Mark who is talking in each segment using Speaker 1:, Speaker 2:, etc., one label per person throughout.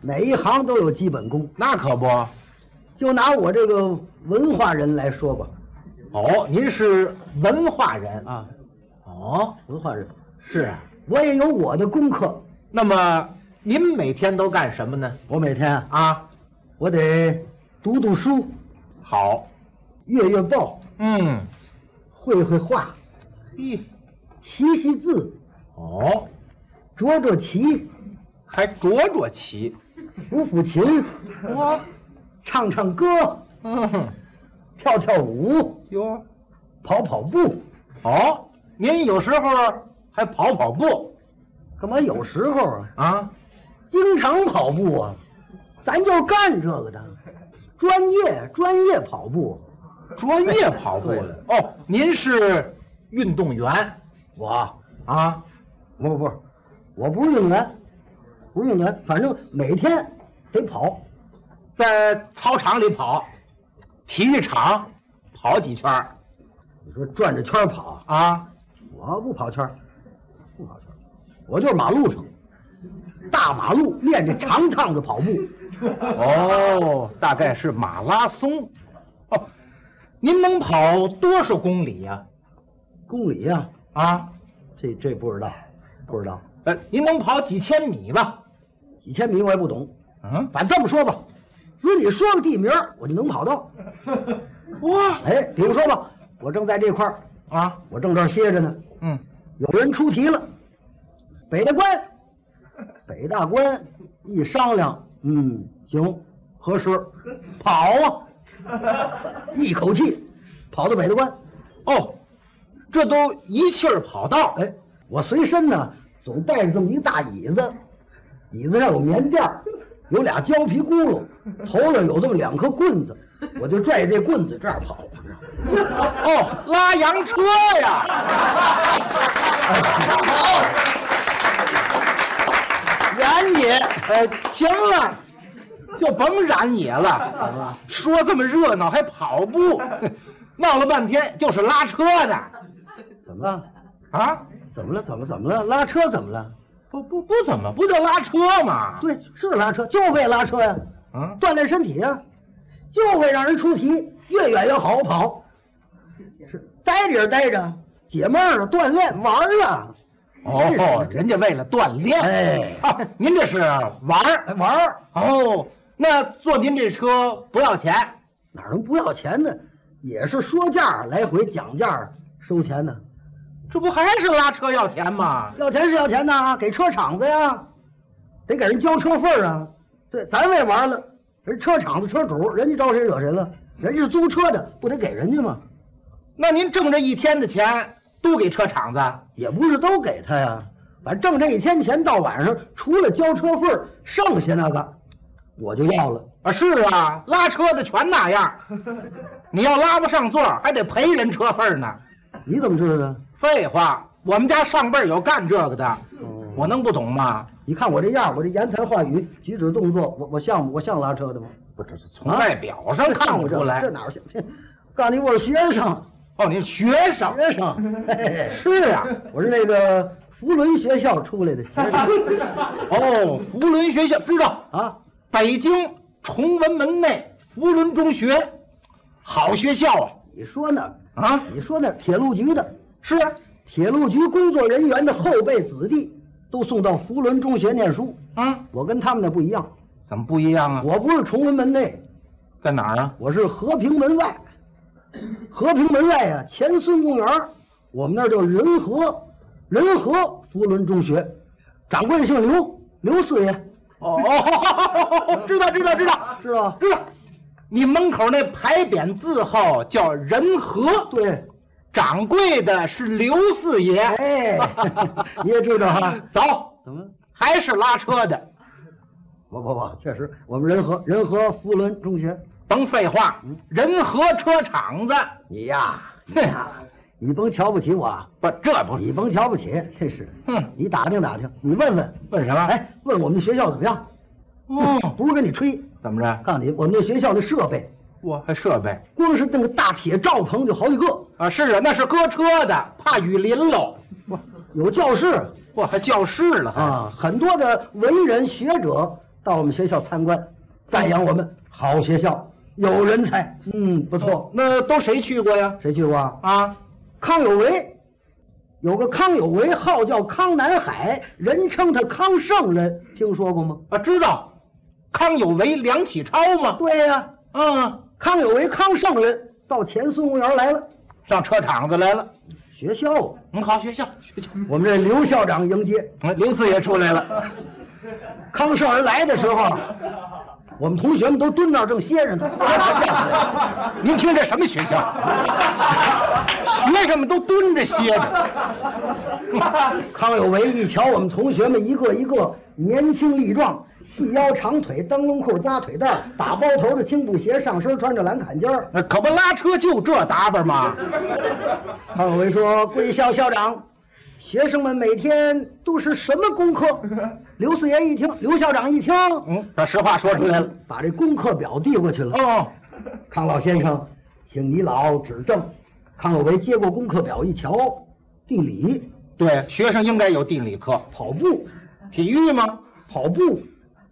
Speaker 1: 每一行都有基本功。
Speaker 2: 那可不。
Speaker 1: 就拿我这个文化人来说吧，
Speaker 2: 哦，您是文化人？
Speaker 1: 啊，
Speaker 2: 哦，
Speaker 1: 文化人，
Speaker 2: 是啊。
Speaker 1: 我也有我的功课。
Speaker 2: 那么您每天都干什么呢？
Speaker 1: 我每天啊
Speaker 2: 啊，
Speaker 1: 我得读读书，
Speaker 2: 好，
Speaker 1: 阅阅报，
Speaker 2: 嗯，
Speaker 1: 绘绘画，
Speaker 2: 嘿，
Speaker 1: 习习字，
Speaker 2: 哦，
Speaker 1: 着着棋，
Speaker 2: 还着着棋，
Speaker 1: 抚抚琴，
Speaker 2: 哇，
Speaker 1: 唱唱歌，
Speaker 2: 嗯，
Speaker 1: 跳跳舞，
Speaker 2: 哟，
Speaker 1: 跑跑步。
Speaker 2: 哦，您有时候还跑跑步
Speaker 1: 干嘛有时候啊，
Speaker 2: 啊？
Speaker 1: 经常跑步啊，咱就干这个的，专业专业跑步。
Speaker 2: 专业跑步的哦，您是运动员
Speaker 1: 我
Speaker 2: 啊？
Speaker 1: 不不，我不是运动员，不是运动员，反正每天得跑，
Speaker 2: 在操场里跑，体育场跑几圈儿
Speaker 1: 你说转着圈儿跑，
Speaker 2: 啊？
Speaker 1: 我不跑圈儿，不跑圈儿，我就是马路上，大马路练这长趟子跑步。
Speaker 2: 哦，大概是马拉松。哦，您能跑多少公里呀、
Speaker 1: 公里呀、
Speaker 2: 啊？
Speaker 1: 这这不知道，不知道
Speaker 2: 呃，您能跑几千米吧？
Speaker 1: 几千米我也不懂，
Speaker 2: 嗯，
Speaker 1: 反正这么说吧，只你说个地名儿，我就能跑到。
Speaker 2: 哇
Speaker 1: 哎，比如说吧，我正在这块儿，
Speaker 2: 啊，
Speaker 1: 我正这儿歇着呢，
Speaker 2: 嗯，
Speaker 1: 有人出题了，北大关，北大关一商量，嗯，行，合适，跑啊，一口气跑到北大关。
Speaker 2: 哦，这都一气儿跑到，
Speaker 1: 哎，我随身呢总带着这么一大椅子，椅子上有棉垫儿，有俩胶皮轱辘，头上有这么两颗棍子，我就拽着这棍子这样跑。
Speaker 2: 哦，拉洋车呀，
Speaker 1: 然也，
Speaker 2: 哎，行了，就甭染野
Speaker 1: 怎
Speaker 2: 了，
Speaker 1: 么？
Speaker 2: 说这么热闹还跑步，闹了半天就是拉车呢，
Speaker 1: 怎么了？
Speaker 2: 啊，
Speaker 1: 怎么了？怎么怎么了？拉车怎么了？
Speaker 2: 不不不怎么，不就拉车吗？
Speaker 1: 对，是拉车，就为拉车呀、
Speaker 2: 嗯，
Speaker 1: 锻炼身体呀、就会让人出题，越远越好跑。是待着也待着，解闷儿啊，锻炼玩儿啊，
Speaker 2: 哦，人家为了锻炼，
Speaker 1: 哎
Speaker 2: 啊，您这是玩儿
Speaker 1: 哎玩儿。
Speaker 2: 哦，那坐您这车不要钱，
Speaker 1: 哪能不要钱呢？也是说价来回讲价收钱呢。
Speaker 2: 这不还是拉车要钱吗？
Speaker 1: 要钱是要钱呐，给车厂子呀，得给人交车费啊。对，咱为玩了，人车厂子车主，人家招谁惹谁了？人家是租车的，不得给人家吗？
Speaker 2: 那您挣这一天的钱都给车厂子？
Speaker 1: 也不是都给他呀，反正挣这一天钱到晚上，除了交车费，剩下那个我就要了。
Speaker 2: 啊，是啊，拉车的全那样，你要拉不上座儿还得赔人车费呢。
Speaker 1: 你怎么知道的？
Speaker 2: 废话，我们家上辈儿有干这个的，我能不懂吗？
Speaker 1: 你看我这样，我这言谈话语、举止动作，我我像我像拉车的吗？
Speaker 2: 不，这是
Speaker 1: 啊
Speaker 2: 从外表上看不出来
Speaker 1: 这。哪儿去？告诉你，我是学生，
Speaker 2: 哦，您学生
Speaker 1: 学生，嘿嘿
Speaker 2: 是啊，
Speaker 1: 我是那个福伦学校出来的学生
Speaker 2: 哦，福伦学校知道，
Speaker 1: 啊。
Speaker 2: 北京崇文门内福伦中学，好学校
Speaker 1: 你说呢？
Speaker 2: 啊啊，
Speaker 1: 你说呢？铁路局的，
Speaker 2: 是啊，
Speaker 1: 铁路局工作人员的后辈子弟都送到福伦中学念书。
Speaker 2: 啊，
Speaker 1: 我跟他们那不一样，
Speaker 2: 怎么不一样啊？
Speaker 1: 我不是崇文门内，
Speaker 2: 在哪儿啊？
Speaker 1: 我是和平门外。和平门外呀、前孙公园儿，我们那儿叫仁和，仁和福伦中学，掌柜姓刘，刘四爷，
Speaker 2: 哦哦， 知道知道知道
Speaker 1: 知道吧？
Speaker 2: 知道，你门口那牌匾字号叫仁和，
Speaker 1: 对，
Speaker 2: 掌柜的是刘四爷。啊
Speaker 1: 哎， 你也知道啊哈、
Speaker 2: 走，
Speaker 1: 怎么？
Speaker 2: 还是拉车的，
Speaker 1: 不不不，确实，我们仁和仁和福伦中学，
Speaker 2: 甭废话，仁和车厂子。
Speaker 1: 你 呀，
Speaker 2: 哼，
Speaker 1: 你甭瞧不起我啊，
Speaker 2: 不，这不是，
Speaker 1: 你甭瞧不起，真是。
Speaker 2: 哼，
Speaker 1: 你打听打听，你问问，
Speaker 2: 问什么？
Speaker 1: 哎，问我们学校怎么样？
Speaker 2: 哦，
Speaker 1: 不是跟你吹，
Speaker 2: 怎么着？
Speaker 1: 告诉你，我们这学校的设备，
Speaker 2: 我还设备
Speaker 1: 光是那个大铁罩棚就好几个，
Speaker 2: 啊，是啊，那是搁车的，怕雨淋喽。
Speaker 1: 有教室
Speaker 2: 哇，还教室了还。
Speaker 1: 啊，很多的文人学者到我们学校参观，赞扬我们好学校，有人才。嗯，不错。
Speaker 2: 那都谁去过呀？
Speaker 1: 谁去过啊？
Speaker 2: 啊，
Speaker 1: 康有为，有个康有为，号叫康南海，人称他康圣人，听说过吗？
Speaker 2: 啊，知道，康有为、梁启超嘛。
Speaker 1: 对呀、
Speaker 2: 嗯，
Speaker 1: 康有为康圣人到前苏公园来了，
Speaker 2: 上车场子来了。
Speaker 1: 学校啊，
Speaker 2: 嗯，好，学校，学校。
Speaker 1: 我们这刘校长迎接
Speaker 2: 哎刘四爷出来了。
Speaker 1: 康圣人来的时候啊，我们同学们都蹲那儿正歇着呢。
Speaker 2: 啊您听这什么学校？学生们都蹲着嗯歇着。
Speaker 1: 康有为一瞧，我们同学们一个一个年轻力壮，细腰长腿，灯笼裤扎腿带儿，打包头的青布鞋，上身穿着蓝坎肩儿。
Speaker 2: 那可不拉车就这打扮吗？
Speaker 1: 康有为说：“贵校校长，学生们每天都是什么功课？”刘四爷一听，刘校长一听，
Speaker 2: 嗯，把实话说出来了。
Speaker 1: 把这功课表递过去了。
Speaker 2: 哦，
Speaker 1: 康老先生，请你老指正。康有为接过功课表一瞧，地理、
Speaker 2: 对，学生应该有地理课，
Speaker 1: 跑步、
Speaker 2: 体育吗？
Speaker 1: 跑步、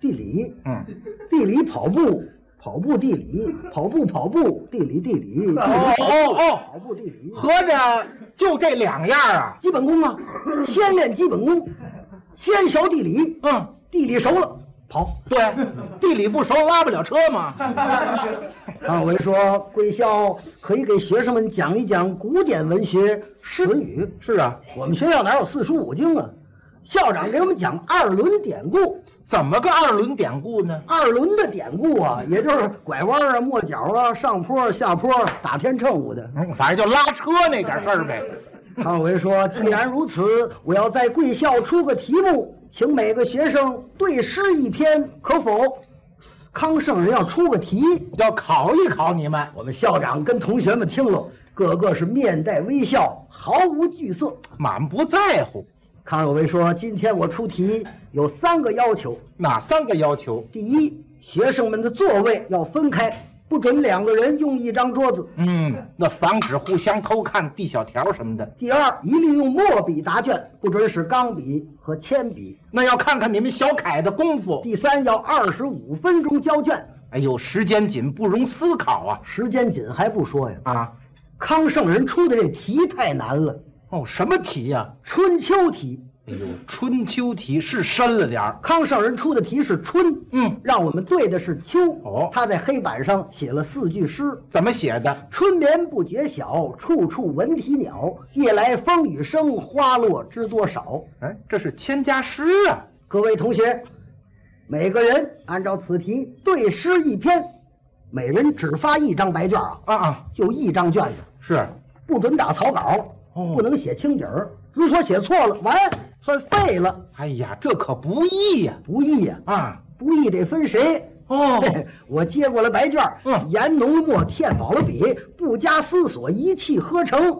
Speaker 1: 地理、
Speaker 2: 嗯，
Speaker 1: 地理跑步、跑步地理、跑步跑步地理地理地理
Speaker 2: 哦哦
Speaker 1: 跑步地理
Speaker 2: 哦，，合着就这两样啊？
Speaker 1: 基本功啊，先练基本功，先学地理，
Speaker 2: 嗯，
Speaker 1: 地理熟了跑。
Speaker 2: 对，啊地理不熟拉不了车嘛。
Speaker 1: 康有为说，贵校可以给学生们讲一讲古典文学《诗论语》。
Speaker 2: 是啊，
Speaker 1: 我们学校哪有四书五经啊？校长给我们讲二轮典故，
Speaker 2: 怎么个二轮典故呢？
Speaker 1: 二轮的典故啊，也就是拐弯啊、抹角啊、上坡啊、下坡啊、打天秤舞的。
Speaker 2: 嗯，反正就拉车那点事儿呗。
Speaker 1: 康有为说：“既然如此，我要在贵校出个题目，请每个学生对诗一篇，可否？”康圣人要出个题，
Speaker 2: 要考一考你们，
Speaker 1: 我们校长跟同学们听了，个个是面带微笑，毫无惧色。
Speaker 2: 满不在乎。
Speaker 1: 康有为说：“今天我出题有三个要求，
Speaker 2: 哪三个要求？
Speaker 1: 第一，学生们的座位要分开，不准两个人用一张桌子；
Speaker 2: 嗯，那防止互相偷看递小条什么的。
Speaker 1: 第二，一律用墨笔答卷，不准使钢笔和铅笔；
Speaker 2: 那要看看你们小凯的功夫。
Speaker 1: 第三，要二十五分钟交卷。
Speaker 2: 哎呦，时间紧，不容思考啊
Speaker 1: 时间紧还不说呀，
Speaker 2: 啊！
Speaker 1: 康圣人出的这题太难了，
Speaker 2: 哦，什么题呀、
Speaker 1: 春秋题。
Speaker 2: 哎呦，春秋题是深了点儿。
Speaker 1: 康圣人出的题是春，
Speaker 2: 嗯，
Speaker 1: 让我们对的是秋。
Speaker 2: 哦
Speaker 1: 他在黑板上写了四句诗：
Speaker 2: 怎么写的？
Speaker 1: 春眠不觉晓，处处闻啼鸟。夜来风雨声，花落知多少。
Speaker 2: 哎，这是千家诗啊！
Speaker 1: 各位同学，每个人按照此题对诗一篇，每人只发一张白卷啊，
Speaker 2: 啊啊，
Speaker 1: 就一张卷子，
Speaker 2: 是
Speaker 1: 不准打草稿，
Speaker 2: 哦
Speaker 1: 不能写清底儿。如说写错了，完算废了，
Speaker 2: 哎呀，这可不易呀、
Speaker 1: 不易呀、
Speaker 2: 啊！
Speaker 1: 不易得分谁。
Speaker 2: 哦
Speaker 1: 我接过了白卷儿，
Speaker 2: 嗯
Speaker 1: 研浓了墨，添饱了笔，不加思索，一气呵成，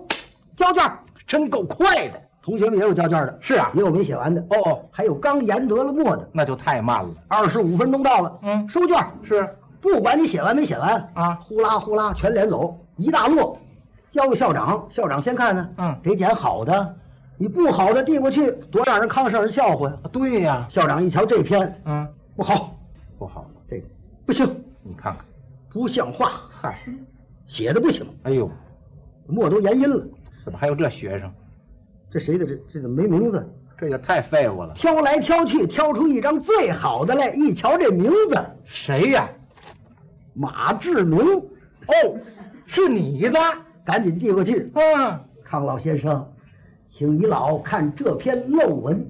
Speaker 1: 交卷儿。
Speaker 2: 真够快的。
Speaker 1: 同学们也有交卷儿的，
Speaker 2: 是啊
Speaker 1: 也有没写完的，
Speaker 2: 哦哦，
Speaker 1: 还有刚研得了墨的。
Speaker 2: 那就太慢了。
Speaker 1: 二十五分钟到了，
Speaker 2: 嗯
Speaker 1: 收卷儿。
Speaker 2: 是
Speaker 1: 不管你写完没写完
Speaker 2: 啊
Speaker 1: 呼啦呼啦全连走，一大摞，交给校长，校长先看看，
Speaker 2: 嗯
Speaker 1: 得捡好的，你不好的递过去，多让人康圣人笑话呀。
Speaker 2: 对呀、
Speaker 1: 校长一瞧这篇
Speaker 2: 嗯，
Speaker 1: 不好，
Speaker 2: 不好，
Speaker 1: 这个不行，
Speaker 2: 你看看，
Speaker 1: 不像话，
Speaker 2: 嗨，
Speaker 1: 写的不行，
Speaker 2: 哎呦，
Speaker 1: 墨都研阴了，
Speaker 2: 怎么还有这学生？
Speaker 1: 这谁的这这怎么没名字？
Speaker 2: 这也太废物了。
Speaker 1: 挑来挑去，挑出一张最好的来，一瞧这名字，
Speaker 2: 谁呀、
Speaker 1: 马志明，
Speaker 2: 哦，是你的。
Speaker 1: 赶紧递过去，
Speaker 2: 嗯，
Speaker 1: 康老先生，请你老看这篇漏文。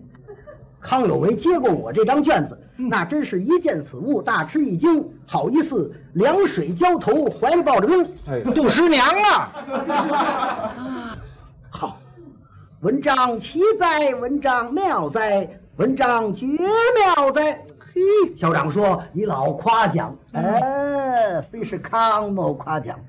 Speaker 1: 康有为接过我这张卷子，那真是一见此物大吃一惊，好意思两水浇头，怀里抱着冰。
Speaker 2: 哎，杜十娘啊，
Speaker 1: 好，文章奇哉，文章妙哉，文章绝妙哉。嘿，校长说你老夸奖，哎，非是康某夸奖。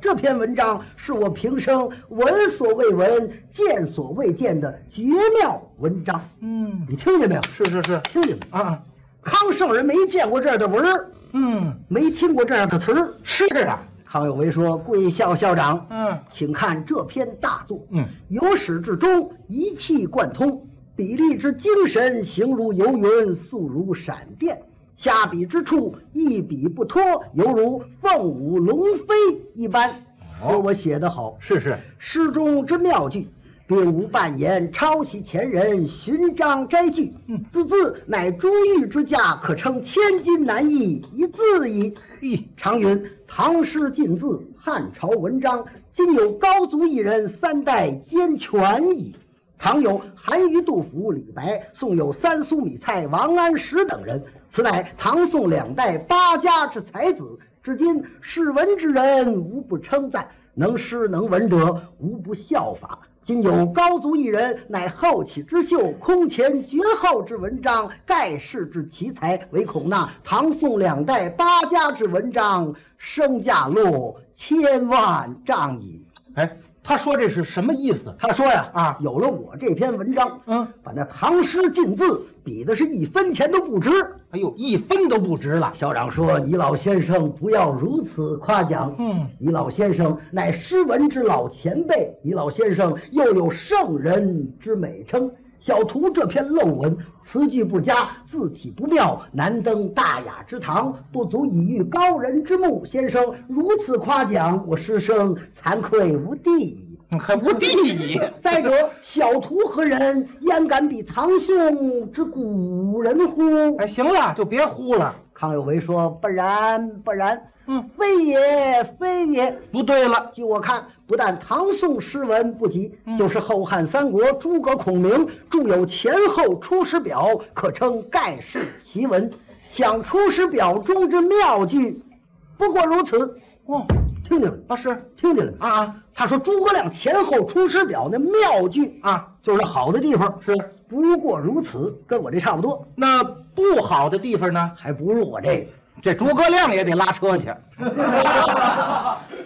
Speaker 1: 这篇文章是我平生闻所未闻、见所未见的绝妙文章。
Speaker 2: 嗯，
Speaker 1: 你听见没有？
Speaker 2: 是是是，
Speaker 1: 听见没有？
Speaker 2: 啊，
Speaker 1: 康圣人没见过这样的文儿，
Speaker 2: 嗯，
Speaker 1: 没听过这样的词儿。
Speaker 2: 是啊，
Speaker 1: 康有为说：“贵校校长，
Speaker 2: 嗯
Speaker 1: 请看这篇大作，
Speaker 2: 嗯，
Speaker 1: 由始至终一气贯通，比例之精神，形如游云，速如闪电，下笔之处一笔不脱，犹如凤舞龙飞一般。
Speaker 2: 哦
Speaker 1: 说我写得好，
Speaker 2: 是是，
Speaker 1: 诗中之妙句，并无半言抄袭前人，寻章摘句，字字乃珠玉之价，可称千金难易一字矣。
Speaker 2: 嘿，
Speaker 1: 常云唐诗尽字，汉朝文章，今有高足一人，三代兼全矣。唐有韩愈、杜甫、李白，宋有三苏、米蔡、王安石等人，此乃唐宋两代八家之才子。至今世文之人无不称赞，能诗能文者无不效法。今有高足一人，乃后起之秀，空前绝后之文章，盖世之奇才，唯恐那唐宋两代八家之文章，身价落千万丈矣。
Speaker 2: 哎，他说这是什么意思？
Speaker 1: 他说呀，
Speaker 2: 啊
Speaker 1: 有了我这篇文章，
Speaker 2: 嗯，
Speaker 1: 把那唐诗尽字比的是一分钱都不值。
Speaker 2: 哎呦，一分都不值了。
Speaker 1: 校长说：“你老先生不要如此夸奖，
Speaker 2: 嗯，
Speaker 1: 你老先生乃诗文之老前辈，你老先生又有圣人之美称。小徒这篇陋文，词句不佳，字体不妙，难登大雅之堂，不足以喻高人之目。先生如此夸奖，我师生惭愧无地矣。”
Speaker 2: 嗯还无地矣。
Speaker 1: 再者，小徒何人？焉敢比唐宋之古人乎？
Speaker 2: 哎，行了，就别呼了。
Speaker 1: 康有为说：“不然，不然，
Speaker 2: 嗯，
Speaker 1: 非也，非也。
Speaker 2: 不对了，
Speaker 1: 据我看，不但唐宋诗文不及，就是后汉三国诸葛孔明著有《前后出师表》，可称盖世奇文。想《出师表》中之妙句，不过如此。
Speaker 2: 哦，
Speaker 1: 听见了吗？
Speaker 2: 啊是
Speaker 1: 听见了吗？
Speaker 2: 啊啊
Speaker 1: 他说诸葛亮《前后出师表》那妙句
Speaker 2: 啊，
Speaker 1: 就是好的地方，
Speaker 2: 是
Speaker 1: 不过如此，跟我这差不多，
Speaker 2: 那不好的地方呢？
Speaker 1: 还不如我这个。”
Speaker 2: 这诸葛亮也得拉车去。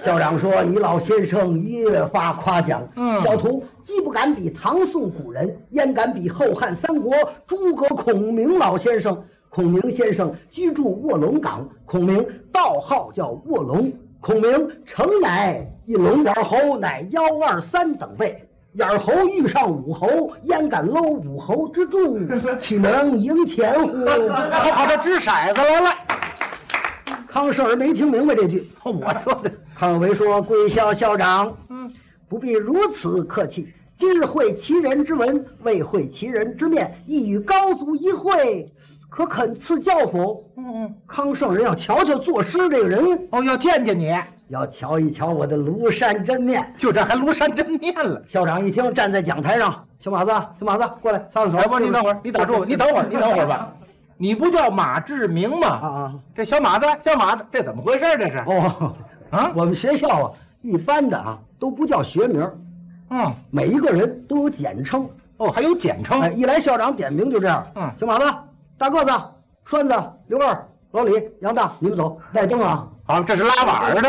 Speaker 1: 校长说：“你老先生越发夸奖，
Speaker 2: 嗯
Speaker 1: 小徒既不敢比唐宋古人，焉敢比后汉三国诸葛孔明老先生？孔明先生居住卧龙岗，孔明道号叫卧龙，孔明诚乃一龙，眼侯乃幺二三等辈。”眼侯遇上武侯，焉敢搂武侯之柱？岂能赢钱乎？
Speaker 2: 他跑这掷骰子来了。
Speaker 1: 康圣儿没听明白这句，
Speaker 2: 哦我说的，
Speaker 1: 康有为说：“贵校校长，
Speaker 2: 嗯，
Speaker 1: 不必如此客气。今日会其人之文，未会其人之面，亦与高足一会，可肯赐教否
Speaker 2: 嗯嗯，？”
Speaker 1: 康圣人要瞧瞧作诗这个人，
Speaker 2: 哦，要见见你，
Speaker 1: 要瞧一瞧我的庐山真面。
Speaker 2: 就这还庐山真面了。
Speaker 1: 校长一听，站在讲台上，小马子，小马子，过来擦擦手。
Speaker 2: 哎，不，你等会儿，你打住，你等会儿，你等会儿 吧。你不叫马志明吗？
Speaker 1: 啊啊！
Speaker 2: 这小马子，小马子，这怎么回事儿？这是？
Speaker 1: 哦，
Speaker 2: 啊
Speaker 1: 我们学校啊，一般的啊都不叫学名，
Speaker 2: 嗯，
Speaker 1: 每一个人都有简称。
Speaker 2: 哦，还有简称
Speaker 1: 哎，。一来校长点名就这样。
Speaker 2: 嗯
Speaker 1: 小马子、大个子、栓子、刘二、老李、杨大，你们走，带灯啊！
Speaker 2: 好，这是拉碗儿的。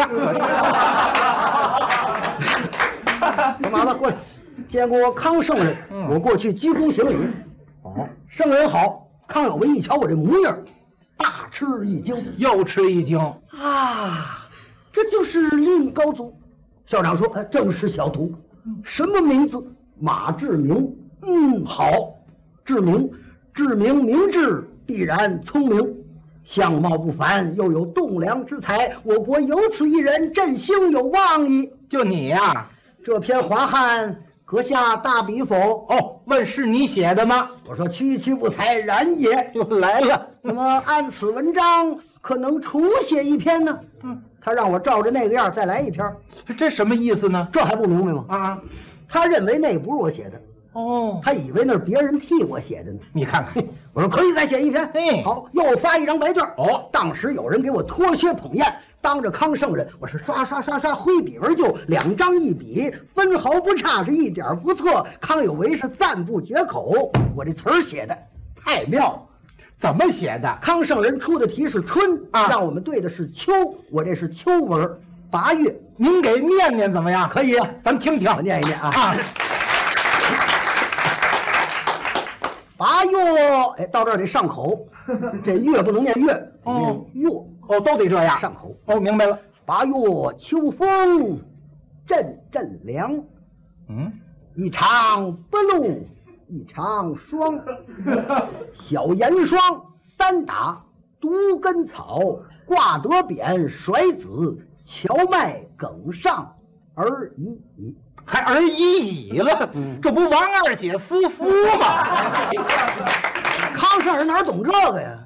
Speaker 1: 小马子过来，见过康圣人，我过去鞠躬行礼。嗯哦，圣人好。康有为一瞧我这模样儿，大吃一惊
Speaker 2: 又吃一惊。
Speaker 1: 啊！这就是令高祖。校长说：“哎，正是小徒，什么名字？马志明。嗯，好，志明，志明明智，必然聪明，相貌不凡，又有栋梁之才，我国有此一人，振兴有望矣。
Speaker 2: 就你呀、
Speaker 1: 这篇华汉，阁下大笔否？
Speaker 2: 哦，问是你写的吗？
Speaker 1: 我说区区不才，然也。
Speaker 2: 又来了。
Speaker 1: 那么按此文章，可能重写一篇呢？嗯，他让我照着那个样儿再来一篇儿，
Speaker 2: 这什么意思呢？
Speaker 1: 这还不明白吗？
Speaker 2: 啊，
Speaker 1: 他认为那不是我写的，
Speaker 2: 哦，
Speaker 1: 他以为那是别人替我写的呢。
Speaker 2: 你看看，
Speaker 1: 我说可以再写一篇，
Speaker 2: 哎
Speaker 1: 好，又发一张白卷儿。
Speaker 2: 哦
Speaker 1: 当时有人给我脱靴捧砚，当着康圣人，我是刷刷刷刷挥笔而就，两张一笔，分毫不差，是一点儿不错。康有为是赞不绝口，我这词儿写的太妙了。
Speaker 2: 怎么写的？
Speaker 1: 康圣人出的题是春
Speaker 2: 啊
Speaker 1: 让我们对的是秋，我这是秋文儿，八月
Speaker 2: 您给念念怎么样？
Speaker 1: 可以啊，
Speaker 2: 咱听听
Speaker 1: 我。念一念啊。
Speaker 2: 啊，
Speaker 1: 八月，哎，到这儿得上 口，这月不能念月，
Speaker 2: 哦
Speaker 1: 月
Speaker 2: 哦，都得这样。
Speaker 1: 上口。
Speaker 2: 哦，明白了。
Speaker 1: 八月秋风阵阵凉，
Speaker 2: 嗯，
Speaker 1: 一场不露一场霜，小严霜单打独根草，挂得扁，甩子，荞麦梗上而已矣。
Speaker 2: 还而已矣了，
Speaker 1: 嗯
Speaker 2: 这不王二姐私夫吗？
Speaker 1: 康圣人哪懂这个呀？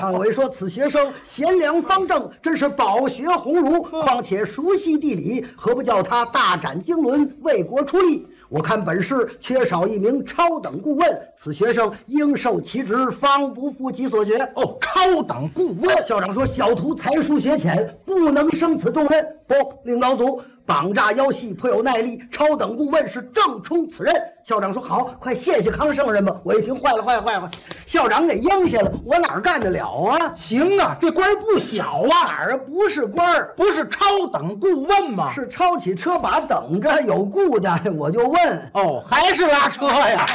Speaker 1: 看我一说，此学生贤良方正，真是饱学鸿儒，况且熟悉地理，何不叫他大展经纶，为国出力？我看本市缺少一名超等顾问，此学生应受其职，方不负其所学。
Speaker 2: 哦，超等顾问，
Speaker 1: 校长说：“小徒才疏学浅，不能生此重任。不，令老祖绑架腰系，颇有耐力。超等顾问是正冲此任。”校长说：“好，快谢谢康圣人吧。”我一听，坏了，坏了，坏了！校长给应下了，我哪儿干得了啊？
Speaker 2: 行啊，这官儿不小
Speaker 1: 哪
Speaker 2: 啊，
Speaker 1: 儿啊不是官儿，
Speaker 2: 不是超等顾问吗？
Speaker 1: 是抄起车把等着有故的，我就问。哦
Speaker 2: 哦，还是拉车呀？